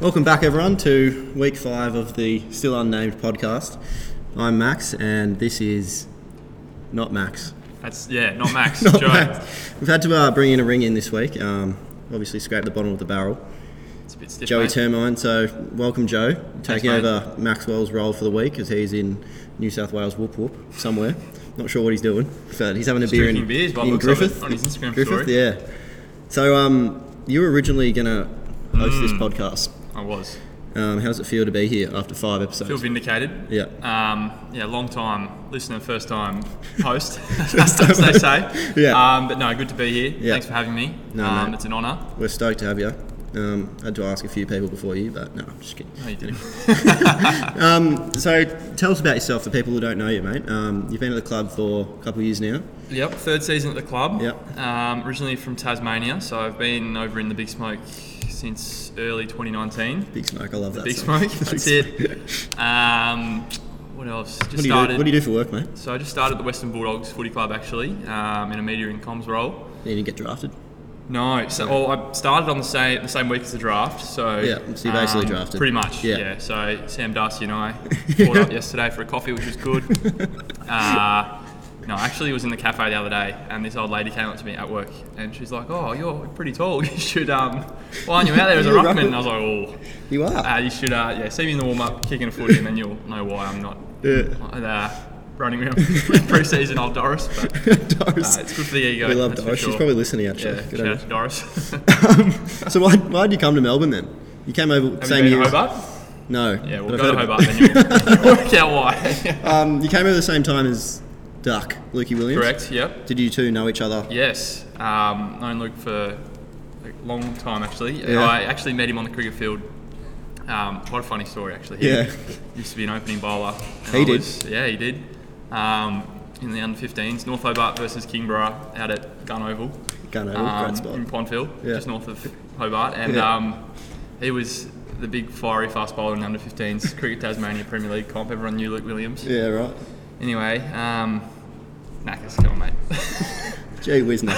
Welcome back, everyone, to week five of the Still Unnamed podcast. I'm Max, and this is not Max. That's yeah, not Max. Not Joe. Max. We've had to uh, bring in a ring in this week. Um, obviously, scrape the bottom of the barrel. It's a bit stiff. Joey mate. Termine, so welcome, Joe. Taking mate. over Maxwell's role for the week because he's in New South Wales whoop whoop somewhere. Not sure what he's doing, but he's having a beer in, drinking beers by the in looks of it Griffith. on his Instagram Griffith, story. yeah. So um, you were originally going to host Hmm. this podcast. I was. Um, how's it feel to be here after five episodes? Feel vindicated. Yeah. Um, yeah, long time listener, first time host, as they say. Yeah. Um, but no, good to be here. Thanks for having me. No, um, mate. It's an honour. We're stoked to have you. Um, I had to ask a few people before you, but no, I'm just kidding. No, you didn't. So tell us about yourself for people who don't know you, mate. Um, you've been at the club for a couple of years now. yep. Third season at the club. Yep. Um, originally from Tasmania, so I've been over in the Big Smoke since early 2019. Big smoke, I love that. Big song. Smoke. That's it. Um, what else? Just What do, you do, started. what do you do for work, mate? So I just started the Western Bulldogs Footy Club actually um, in a media and comms role. You didn't get drafted. No, so well, I started on the same the same week as the draft. So um, Yeah, so you basically drafted. pretty much. Yeah. Yeah. So Sam Darcy and I caught up yesterday for a coffee, which was good. uh, no, I actually was in the cafe the other day, and this old lady came up to me at work, and she's like, "Oh, you're pretty tall. You should um, why aren't you out there as a You're a ruckman?" ruckman. And I was like, "Oh, You are. uh, you should uh, yeah, see me in the warm up, kicking a footy, and then you'll know why I'm not Yeah. uh, running around pre-season old Doris." But Doris. uh, it's good for the ego. we love that's for Doris. She's sure. probably listening, actually. Yeah, Good shout on out to Doris. you. so why why did you come to Melbourne then? You came over Have same you been year. to as- Hobart? No. Yeah, but we'll I've go heard to Hobart about- then you'll work out why. Um, you came over the same time as Duck, Lukey Williams. Correct, yep. Did you two know each other? Yes. Um, known Luke for a long time actually. Yeah. I actually met him on the cricket field. Um, what a funny story actually. He Yeah. Used to be an opening bowler. and He I did? was- yeah, he did. Um, in the under 15s, North Hobart versus Kingborough out at Gun Oval. Gun over, um, great spot. in Pontville, Yeah. just north of Hobart, and Yeah. um, he was the big fiery fast bowler in the under 15s cricket Tasmania Premier League comp. Everyone knew Luke Williams. Yeah, right. Anyway, um, knackers, come on, mate. Gee whiz, mate.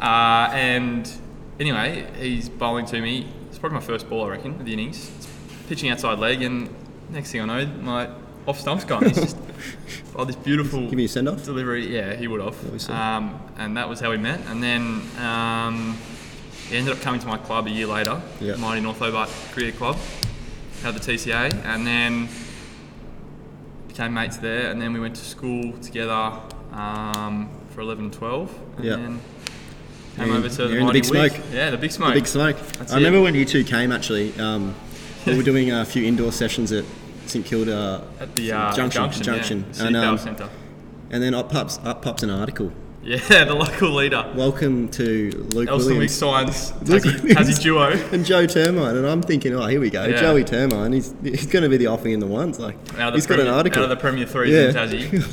uh, and anyway, he's bowling to me. It's probably my first ball, I reckon, of the innings. It's pitching outside leg, and next thing I know, my off stump's gone. He's just oh, this beautiful. Give me a send off. delivery. Yeah, he would was have. it? Um, and that was how we met. And then um, he ended up coming to my club a year later, Yeah. Mighty North Hobart Career Club, had the TCA, and then became mates there. And then we went to school together um, for 11, 12, and Yeah. then came You're in- over to you're the in the Mighty Big Wick. Smoke. Yeah, the big smoke. Big smoke. That's I remember it. when you two came actually. Um, we were doing a few indoor sessions at St Kilda At the uh, Junction, junction, Junction, yeah, and, City um, Power Centre. and then up pops up pops an article. Yeah, the local leader. Welcome to Luke Elston Wick Williams signs Luke Tassie, Williams. Tassie duo. and Joe Termine, and I'm thinking, oh, here we go, Yeah. Joey Termine. He's he's going to be the offing in the ones. Like Out of the he's got an Premier- article out of the Premier threes Yeah, in Tassie.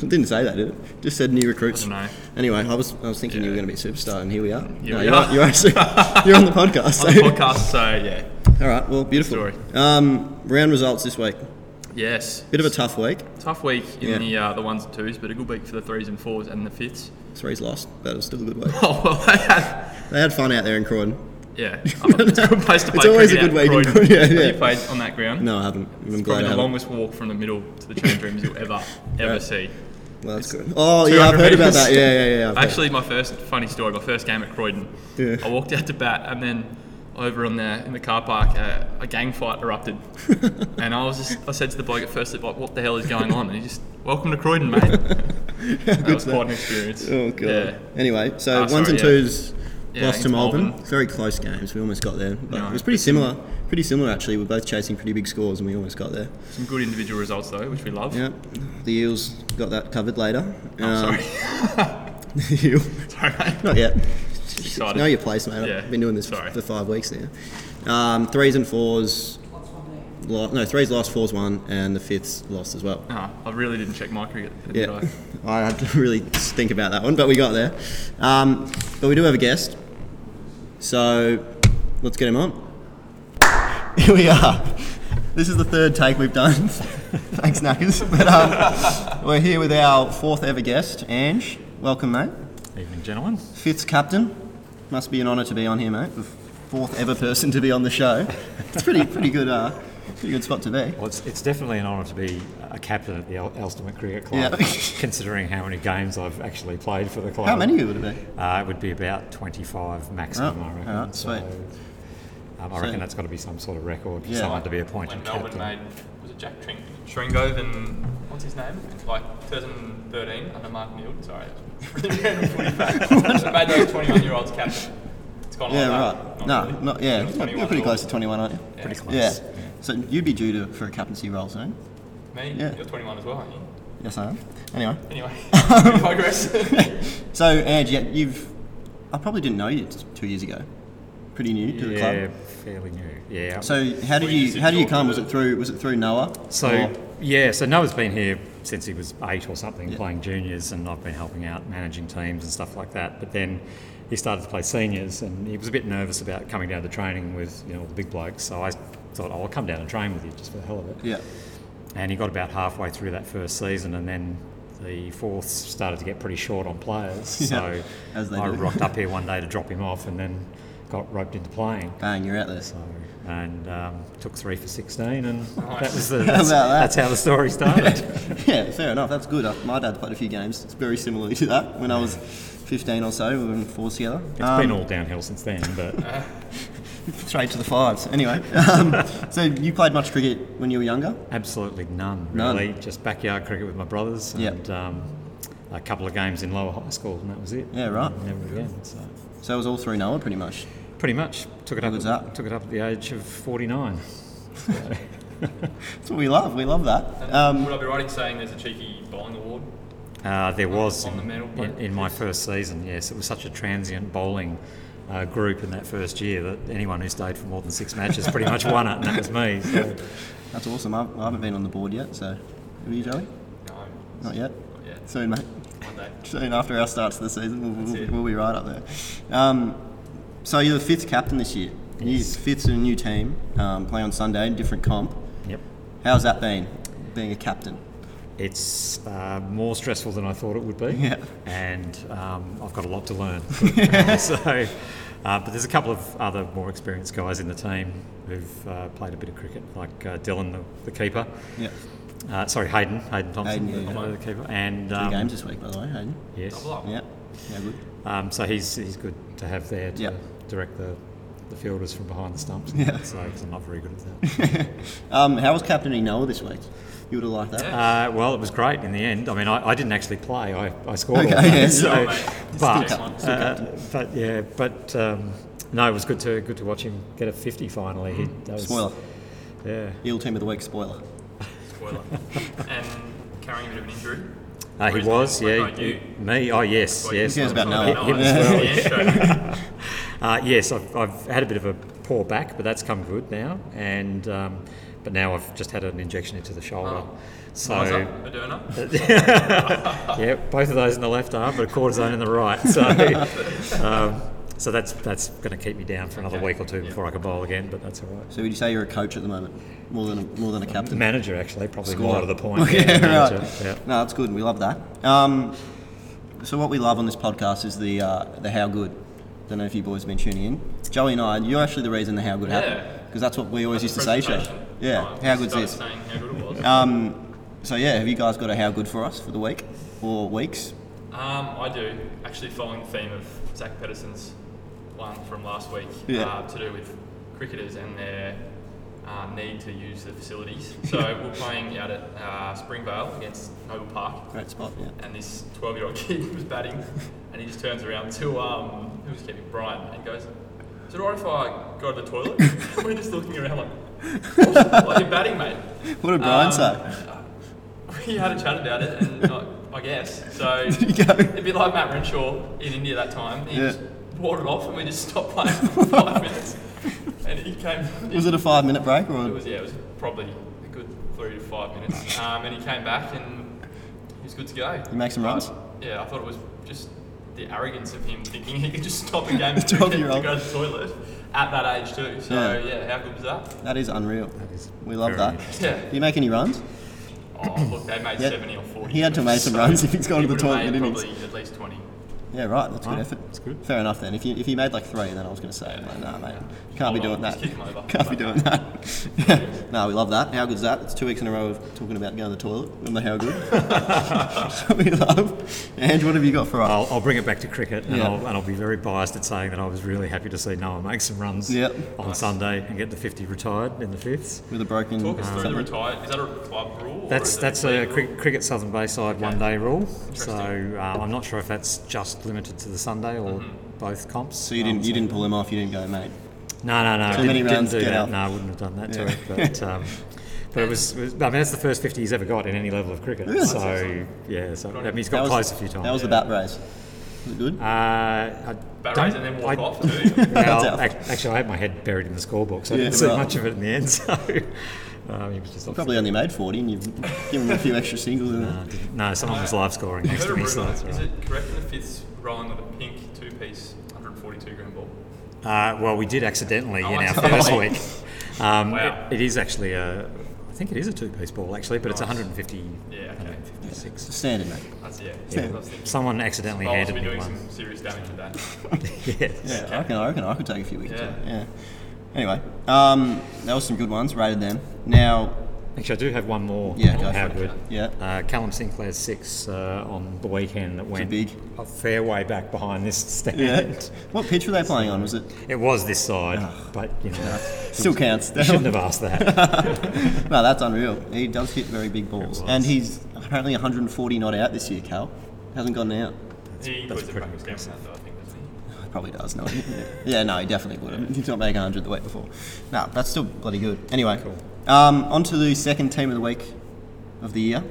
didn't say that, did it? Just said new recruits. I don't know. Anyway, I was I was thinking you were Yeah. going to be a superstar, and here we are. Here no, we you're, are. you're actually you're on the podcast. on so- the podcast. So yeah, All right, well, beautiful. story. Um, round results this week. yes, Bit of a tough week. tough week in Yeah. the uh, the ones and twos, but a good week for the threes and fours and the fifths. Three's lost, but it was still a good week. Oh well, they had- They had fun out there in Croydon. yeah, oh, it's a good place to play. It's always a good cricket at week in Croydon. Croydon, yeah, Have yeah. You played on that ground. No, I haven't. I'm glad Probably I the haven't. longest walk from the middle to the change rooms you'll ever ever see. Well, that's good. Oh, yeah, I've 200 heard about metres. that. Yeah, yeah, yeah. I've heard. Actually, my first funny story. My first game at Croydon. Yeah. I walked out to bat, and then over on the in the car park, uh, a gang fight erupted. and I was just, I said to the bloke at first, like, "What the hell is going on?" And he just, "Welcome to Croydon, mate." that was quite an experience. Oh god. Yeah. Anyway, so Ah, ones sorry, and yeah. twos Yeah, lost to against Melbourne. Melbourne. Very close games. We almost got there, but No, it was pretty similar. Pretty similar actually. We We're both chasing pretty big scores, and we almost got there. Some good individual results though, which we love. Yeah. The Eels got that covered later. Oh, Um, Sorry. the Eel. Sorry, mate. Not yet. Excited. Know your place, mate. Yeah. I've been doing this Sorry. for five weeks now. Um, threes and fours. Lo- no, threes lost, fours won, and the fifths lost as well. Ah, I really didn't check my cricket. Did Yeah, I? I had to really think about that one, but we got there. Um, but we do have a guest, so let's get him on. Here we are. This is the third take we've done. Thanks, Knackers. But um, we're here with our fourth ever guest, Ange. Welcome, mate. Evening, gentlemen. Fifth captain. Must be an honour to be on here, mate. We've fourth ever person to be on the show. It's pretty pretty good. Uh, pretty good spot to be. Well, it's, it's definitely an honour to be a captain at the El- Elsterman Cricket Club, Yeah. considering how many games I've actually played for the club. How many would it be? Uh, it would be about 25 maximum, Oh, I reckon. alright, sweet. um, I reckon So- that's got to be some sort of record for Yeah. someone to be appointed When Melbourne captain. made, was it Jack Tring- Shringove and what's his name? Like 2013 under Mark Neild. Sorry, that's really random footy fact. They made those 21 year olds captain. It's gone Yeah, like right. that. no, really. not yeah. Not You're 21 pretty at close all. to 21, aren't you? Pretty Yeah. close. Yeah. So you'd be due to for a captaincy role soon. Me? Yeah. You're 21 as well, aren't you? Yes, I am. Anyway, Anyway, we digress. so Ange, yeah, you've I probably didn't know you t- two years ago. Pretty new to the Yeah, club. fairly new. Yeah. So how did Well, you you just how did you talked to come? Was the- it through was it through Noah? So Or- yeah, so Noah's been here since he was eight or something, Yeah. playing juniors, and I've been helping out managing teams and stuff like that. But then he started to play seniors, and he was a bit nervous about coming down to training with you know the big blokes. So I thought, oh, I'll come down and train with you just for the hell of it. yeah, And he got about halfway through that first season, and then the fourth started to get pretty short on players. Yeah, so as they I do. rocked up here one day to drop him off, and then got roped into playing. bang, you're out there. So, and um, took three for 16, and that was the, How that's, about that? that's how the story started. yeah, fair enough. That's good. Uh, My dad played a few games. It's very similar to that. When I was 15 or so, we were in fours together. Um, It's been all downhill since then, but Straight to the fives. Anyway, um, so you played much cricket when you were younger? absolutely none, None. really. Just backyard cricket with my brothers Yeah. and um, a couple of games in lower high school, and that was it. Yeah, right. Never again. So, So it was all through Noah, pretty much. pretty much took it up. Look at that. Took it up at the age of 49. That's what we love. We love that. Um, Would I be right in saying there's a cheeky bowling award? Uh, there was on the in, medal, in, but- in my first season. Yes, it was such a transient bowling uh, group in that first year that anyone who stayed for more than six matches pretty much won it, and that was me. So. that's awesome. I I haven't been on the board yet, so have you, Joey? No. Not yet. Not yet. Soon, mate. One day. Soon after our starts of the season, we'll, That's we'll, it. we'll be right up there. Um, so you're the fifth captain this year. Yes. You're fifth in a new team, um, playing on Sunday in different comp. Yep. How's that been, being a captain? It's uh, more stressful than I thought it would be, Yeah. and um, I've got a lot to learn. so, uh, but there's a couple of other more experienced guys in the team who've uh, played a bit of cricket, like uh, Dylan, the, the keeper. Yeah. Uh, sorry, Hayden, Hayden Thompson, Hayden, yeah. the, the keeper, and Two um, games this week, by the way, Hayden. Yes. Double up. Yeah. Yeah, good. Um, so he's he's good to have there to Yeah. direct the, the fielders from behind the stumps. Yeah. So 'cause I'm not very good at that. Um, how was captaining Noah this week? You would have liked that. uh, well, it was great in the end. I mean, I, I didn't actually play. I, I scored. Okay, all day, yeah. so, mate. but, Still captain. Still uh, but yeah, but um, no, it was good to good to watch him get a 50 finally. He, Mm. that was, Spoiler. Yeah. Eel team of the week spoiler. Spoiler. and carrying a bit of an injury. Uh, he Whereas was, what yeah. about you? Me? Oh, yes, Well, you yes. cares about Uh, Noah. him Yeah. as well, Yeah. Uh, yes, I've, I've had a bit of a poor back, but that's come good now. And um, but now I've just had an injection into the shoulder. Oh. Eyes So up, Moderna. yeah, both of those in the left arm, but a cortisone in the right. So um, so that's that's going to keep me down for another Okay. week or two Yeah. before I can bowl again. But that's all right. So would you say you're a coach at the moment, more than a, more than a The captain? manager actually probably Score. more to the point. yeah, the right. manager, yeah. No, that's good. We love that. Um, so what we love on this podcast is the uh, the how good. Don't know if you boys have been tuning in. Joey and I, you're actually the reason the how good happened Yeah. because that's what we always used to say. Joe. Presentation. Yeah, Oh, how good's started this? Saying how good it was. Um, so yeah, have you guys got a how good for us for the week or weeks? Um, I do. Actually, following the theme of Zach Pedersen's one from last week Yeah. uh, to do with cricketers and their uh, need to use the facilities. So we're playing out at uh, Springvale against Noble Park, Great spot. Yeah. and this 12 year old kid was batting, and he just turns around to um, who's keeping Brian and goes, Is it alright if I go to the toilet? we're just looking around like, like you're batting, mate. What did Brian Um, say? We had a chat about it, and I, I guess so. you go? It'd be like Matt Renshaw in India that time. He Yeah. just wore it off, and we just stopped playing for five minutes. And he came. Was it a five minute break It or? was yeah. It was probably a good three to five minutes. Um, and he came back, and he was good to go. You make some runs? Yeah, I thought it was just the arrogance of him thinking he could just stop a game 12 of cricket year to old. go to the toilet at that age too. So Yeah. yeah, how good was that? That is unreal. is We love very that. interesting. Yeah. Do you make any runs? Oh, look, they made Yeah. 70 or 40. He had to make some runs if he's gone He to the would've toilet, made didn't he? Probably at least 20. Yeah, right. That's Right, good effort. that's good. Fair enough then. If you if you made like three, then I was going to say, like, nah, mate, can't be Hold on, doing that. just kick him over. Can't be doing that. yeah. No, we love that. How good's that? It's two weeks in a row of talking about going to the toilet. Remember how good? So we love. And what have you got for us? I'll, I'll bring it back to cricket, and, Yeah. I'll, and I'll be very biased at saying that I was really happy to see Noah make some runs Yep. on Sunday and get the 50 retired in the fifths. With a broken. Talk us through the something? retired. Is that a club rule? or Um, That's is it that's league a rule? cri- cricket Southern Bayside one-day rule. So Interesting. uh, I'm not sure if that's just limited to the Sunday or both comps. Mm-hmm. Um, so you didn't you didn't pull him off. You didn't go, mate. No, no, no. Too didn't, many didn't rounds, do get that. out. No, I wouldn't have done that Yeah. to it. But, um, but it was, was- I mean, that's the first 50 he's ever got in any level of cricket. So, yeah, so I mean, he's got That was, close a few times. That was the bat race. Was it good? uh, I Bat don't- raise and then walk I- off too. That's Well, our ac- actually, I had my head buried in the scorebook, so I Yeah, didn't see well. much of it in the end. So, um, he was just off. Probably only made forty, and you've given him a few extra singles. And No, I didn't- no, someone was live scoring I next heard to a me, rumour. so that's all Is right. it correct that the fifth's rolling of a pink two-piece 142 gram ball? Uh, well, we did accidentally Oh, in our first accidentally. week. Um, Wow. it- it is actually a, I think it is a two-piece ball actually, but it's Nice. 150, Yeah, okay. 156. Standard, mate. That's yeah. Yeah. I was thinking. Someone accidentally Bowlers handed will be me doing one. some serious damage with that. yes. Yeah, I reckon, I reckon I could take a few weeks. Yeah. Yeah. yeah. Anyway, um, that was some good ones. Rated them. Now, Actually, I do have one more. Yeah, on go for it. Howard. yeah, Uh, Callum Sinclair's six uh, on the weekend that went big- a fair way back behind this stand. yeah. Ah. What pitch were they playing on? Was it It was this side, but you know, still counts? I shouldn't have asked that. no, that's unreal. He does hit very big balls, was. and he's apparently 140 not out this year. Cal hasn't gotten out. he that's was a pretty back down that though, I think, wasn't he? Probably does. No, yeah, no, he definitely would have. He's not making 100 the week before. No, that's still bloody good. Anyway, um, on to the second team of the week of the year.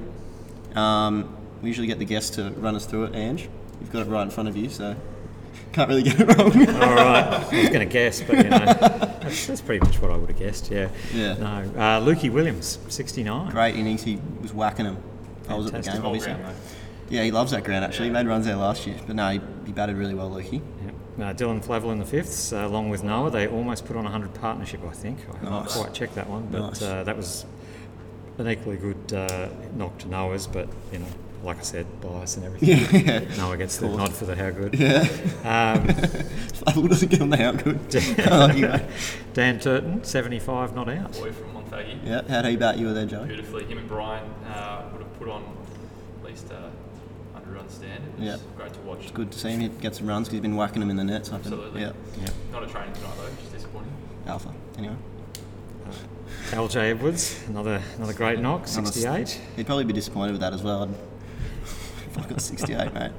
Um, we usually get the guests to run us through it. Ange, you've got it right in front of you, so can't really get it wrong. All right, I was going to guess, but you know, that's, that's pretty much what I would have guessed. Yeah. Yeah. No, uh, Lukey Williams, sixty-nine. great innings. He was whacking them. I was at the Fantastic. game, Ball obviously. ground, yeah, he loves that ground, actually. He made runs there last year. But no, he, he batted really well, Lukey. Yeah. Uh, Dylan Flavel in the fifths, uh, along with Noah. They almost put on a 100 partnership, I think. I haven't Nice. quite checked that one, but Nice. uh, that was an equally good uh, knock to Noah's, but, you know, like I said, bias and everything. Yeah. Noah gets the nod for the how good. Flavel doesn't get on the how good. Oh, you know. Dan Turton, 75, not out. Boy from Montague. yeah, how'd he bat you were there, Joey? Beautifully. Him and Brian uh, would have put on at least a 100 run stand. It was Yeah. great to watch. Good to see him hit- get some runs because he's been whacking them in the nets. I think. Absolutely. Yeah, Yeah. Not a training tonight though, just disappointing. alpha. Anyway. LJ Edwards, another another great knock, Another s- 68. He'd probably be disappointed with that as well. I'd, if I got 68, mate.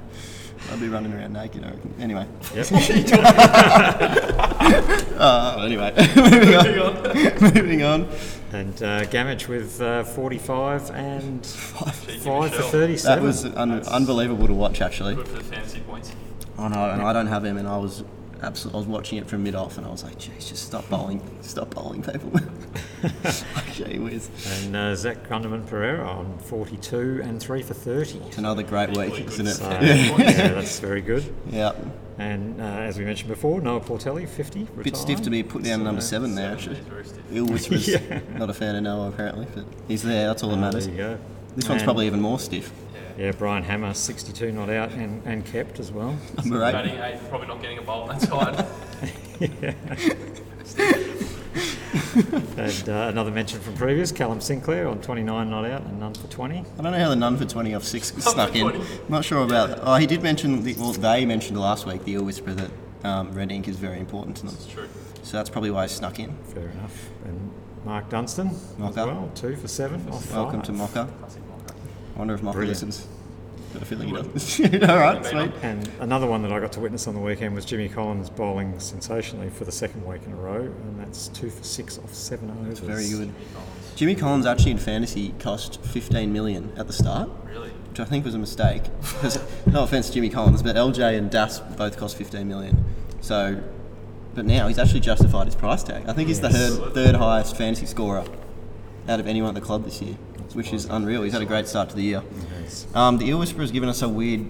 I'd be running around naked, I reckon. Anyway. Yep. Uh, anyway, moving on. moving on. and uh, Gamage with uh, 45 and 5 for Michelle. 37. That was un- unbelievable to watch, actually. Good for the fantasy points. I know, and I don't have him, and I was absolutely, I was watching it from mid off, and I was like, "Jeez, just stop bowling, stop bowling, people." Like, Gee whiz, And uh, Zach Gunderman Pereira on 42 and 3 for 30. it's another great week, isn't it? So, yeah. yeah. that's very good. yeah, And uh, as we mentioned before, Noah Portelli, 50. Retired. bit stiff to be put down number seven there, actually. He's very stiff. Ill Whisperer's Yeah. not a fan of Noah apparently, but he's there. That's all that Uh, matters. there you go. This one's And- probably even more stiff. Yeah, Brian Hammer, 62 not out and, and kept as well. Number eight. Batting eight, probably not getting a bowl on that side. And uh, another mention from previous, Callum Sinclair on 29 not out and none for 20. I don't know how the none for twenty off six snuck in. 20. Not sure about. Oh, he did mention. The, well, they mentioned last week the Ill Whisperer that um, red ink is very important to them. it's true. So that's probably why he snuck in. Fair enough. And Mark Dunstan as Mocker. well, 2 for 7. off Welcome five. to Mocker. Classic Mocker. I wonder if Mocker Brilliant. listens. Got a feeling he does. All right, sweet. And another one that I got to witness on the weekend was Jimmy Collins bowling sensationally for the second week in a row, and that's two for six off seven overs. Very good. Jimmy Collins actually in fantasy cost 15 million at the start, Really? which I think was a mistake. 'Cause- no offense to Jimmy Collins, but LJ and Das both cost 15 million. So, but now he's actually justified his price tag. I think he's the Yes. third, third highest fantasy scorer out of anyone at the club this year, which is unreal. He's had a great start to the year. Yes. Um, the Eel Whisperer has given us a weird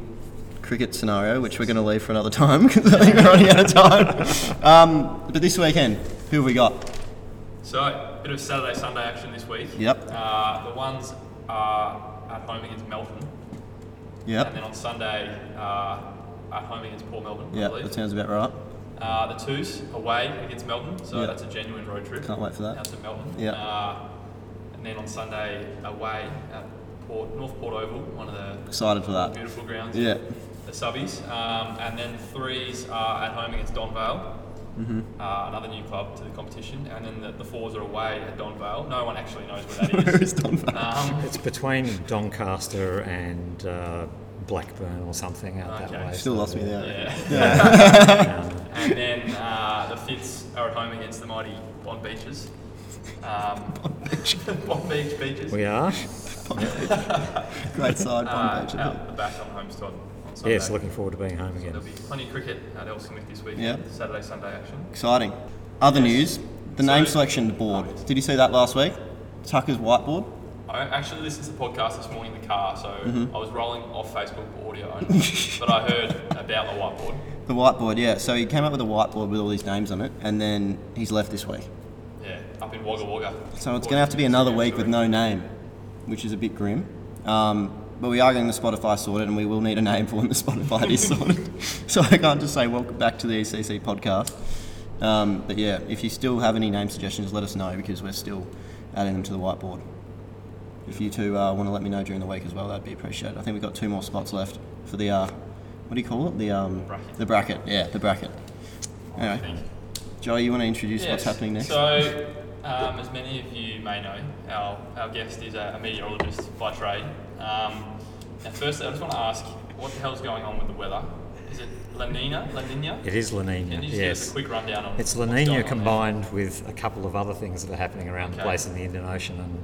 cricket scenario, which we're going to leave for another time because I think we're running out of time. Um, but this weekend, who have we got? So, a bit of Saturday Sunday action this week. Yep. Uh, the ones are at home against Melton, and Yep. then on Sunday, uh, at home against Port Melbourne. I Yeah, believe. that sounds about right. Uh, the twos away against Melbourne, so Yeah. that's a genuine road trip. Can't wait for that. Out to Melbourne. Yeah. Uh, and then on Sunday away at Port North Port Oval, one of the Excited for that. beautiful grounds. Yeah. The subbies, um, and then threes are at home against Donvale, Mm-hmm. uh, another new club to the competition, and then the, the fours are away at Donvale. No one actually knows where that is. Where is Donvale? Um, It's between Doncaster and uh, Blackburn or something out Okay. that way. Still so- lost me there. yeah. Um, And then uh, the Fits are at home against the mighty Bond Beaches. Um, Bond Beach Beaches. we are. Great side, uh, Bond Beach. out the back on Homestead on Sunday. Yes, looking forward to being home again. There'll be plenty of cricket at Elsinore this week. Yeah. Saturday, Sunday action. Exciting. Other news, the So- name selection board. Did you see that last week? Tucker's whiteboard. I actually listened to the podcast this morning in the car, so Mm-hmm. I was rolling off Facebook for audio only, but I heard about the whiteboard. The whiteboard, yeah. So he came up with a whiteboard with all these names on it, and then he's left this week. Yeah, up in Wagga Wagga. So it's going to have to be another week with no name, which is a bit grim. Um, but we are getting the Spotify sorted, and we will need a name for when the Spotify is sorted. so I can't just say welcome back to the ECC podcast. Um, but yeah, if you still have any name suggestions, let us know because we're still adding them to the whiteboard. If you two uh, want to let me know during the week as well, that'd be appreciated. I think we've got two more spots left for the uh, what do you call it? The um, Bracket. the bracket. Yeah, the bracket. Anyway, Joey, you want to introduce what's Yes. happening next? So, um, as many of you may know, our, our guest is a, a meteorologist by trade. Um, now, firstly, I just want to ask, what the hell's going on with the weather? Is it La Nina? La Nina? It is La Can Nina, you just give us a yes. quick rundown on It's La what's Nina going on there? combined with a couple of other things that are happening around the Okay. place in the Indian Ocean and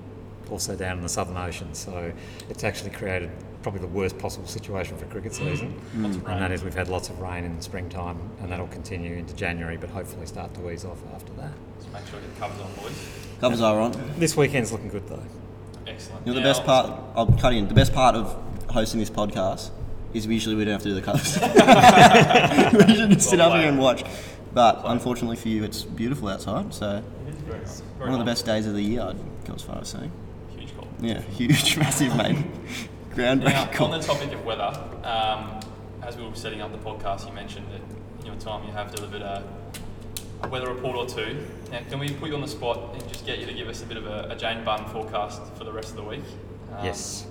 also down in the Southern Ocean. So it's actually created probably the worst possible situation for cricket season. Mm-hmm. Lots of rain. And that is, we've had lots of rain in the springtime, and that'll continue into January, but hopefully start to ease off after that. Just make sure I get the covers on, boys. Covers are on. This weekend's looking good though. Excellent. You know, the Now- best part, I'll cut in, the best part of hosting this podcast is usually we don't have to do the covers. we should just sit up here and watch. But unfortunately for you, it's beautiful outside, so It is very nice. Very one of the nice. best days of the year, I'd go as far as saying. Huge call. Yeah, huge, massive, mate. Now, Groundbreaking on the call. topic of weather, um, as we were setting up the podcast, you mentioned that in your time you have delivered a, a weather report or two. Now, can we put you on the spot and just get you to give us a bit of a, a Jane Bunn forecast for the rest of the week? Um, Yes.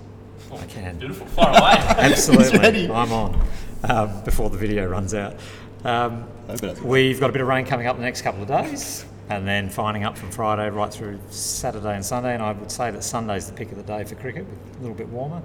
oh, I can. Beautiful. Far away. Absolutely. ready. I'm on um, before the video runs out. Um, Hope it hasn't. we've got a bit of rain coming up in the next couple of days, and then finding up from Friday right through Saturday and Sunday. And I would say that Sunday's the pick of the day for cricket, with a little bit warmer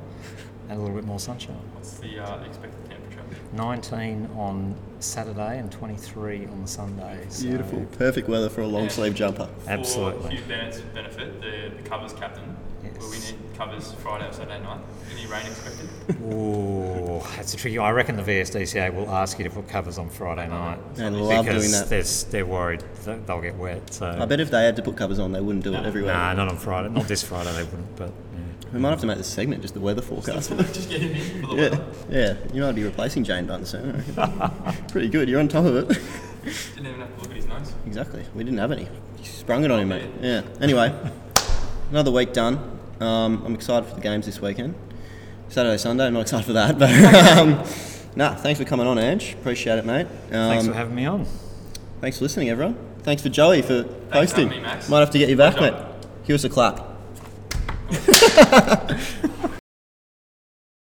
and a little bit more sunshine. What's the uh, expected temperature? 19 on Saturday and 23 on the Sunday. so- Beautiful, perfect weather for a long sleeve jumper. For Absolutely. Hugh Bennett's benefit, the, the covers captain, will we Yes. need covers Friday or Saturday night? Any rain expected? Ooh, that's a tricky. I reckon the VSDCA will ask you to put covers on Friday night. They love because doing that. They're, s- they're worried that they'll get wet. So. I bet if they had to put covers on, they wouldn't do it everywhere. Nah, not on Friday. Not this Friday, they wouldn't. But We might have to make this segment just the weather forecast. just get him in for the yeah, weather. yeah. You might be replacing Jane Bunn soon. I reckon. Pretty good. You're on top of it. Didn't even have to look at his nose. Exactly. We didn't have any. You sprung it on him, mate. Yeah. Anyway, another week done. Um, I'm excited for the games this weekend. Saturday, Sunday. I'm not excited for that, but um, nah. Thanks for coming on, Edge. Appreciate it, mate. Um, thanks for having me on. thanks for listening, everyone. Thanks for Joey for hosting. having me, Max. Might have to get you back, job. mate. Give us a clap.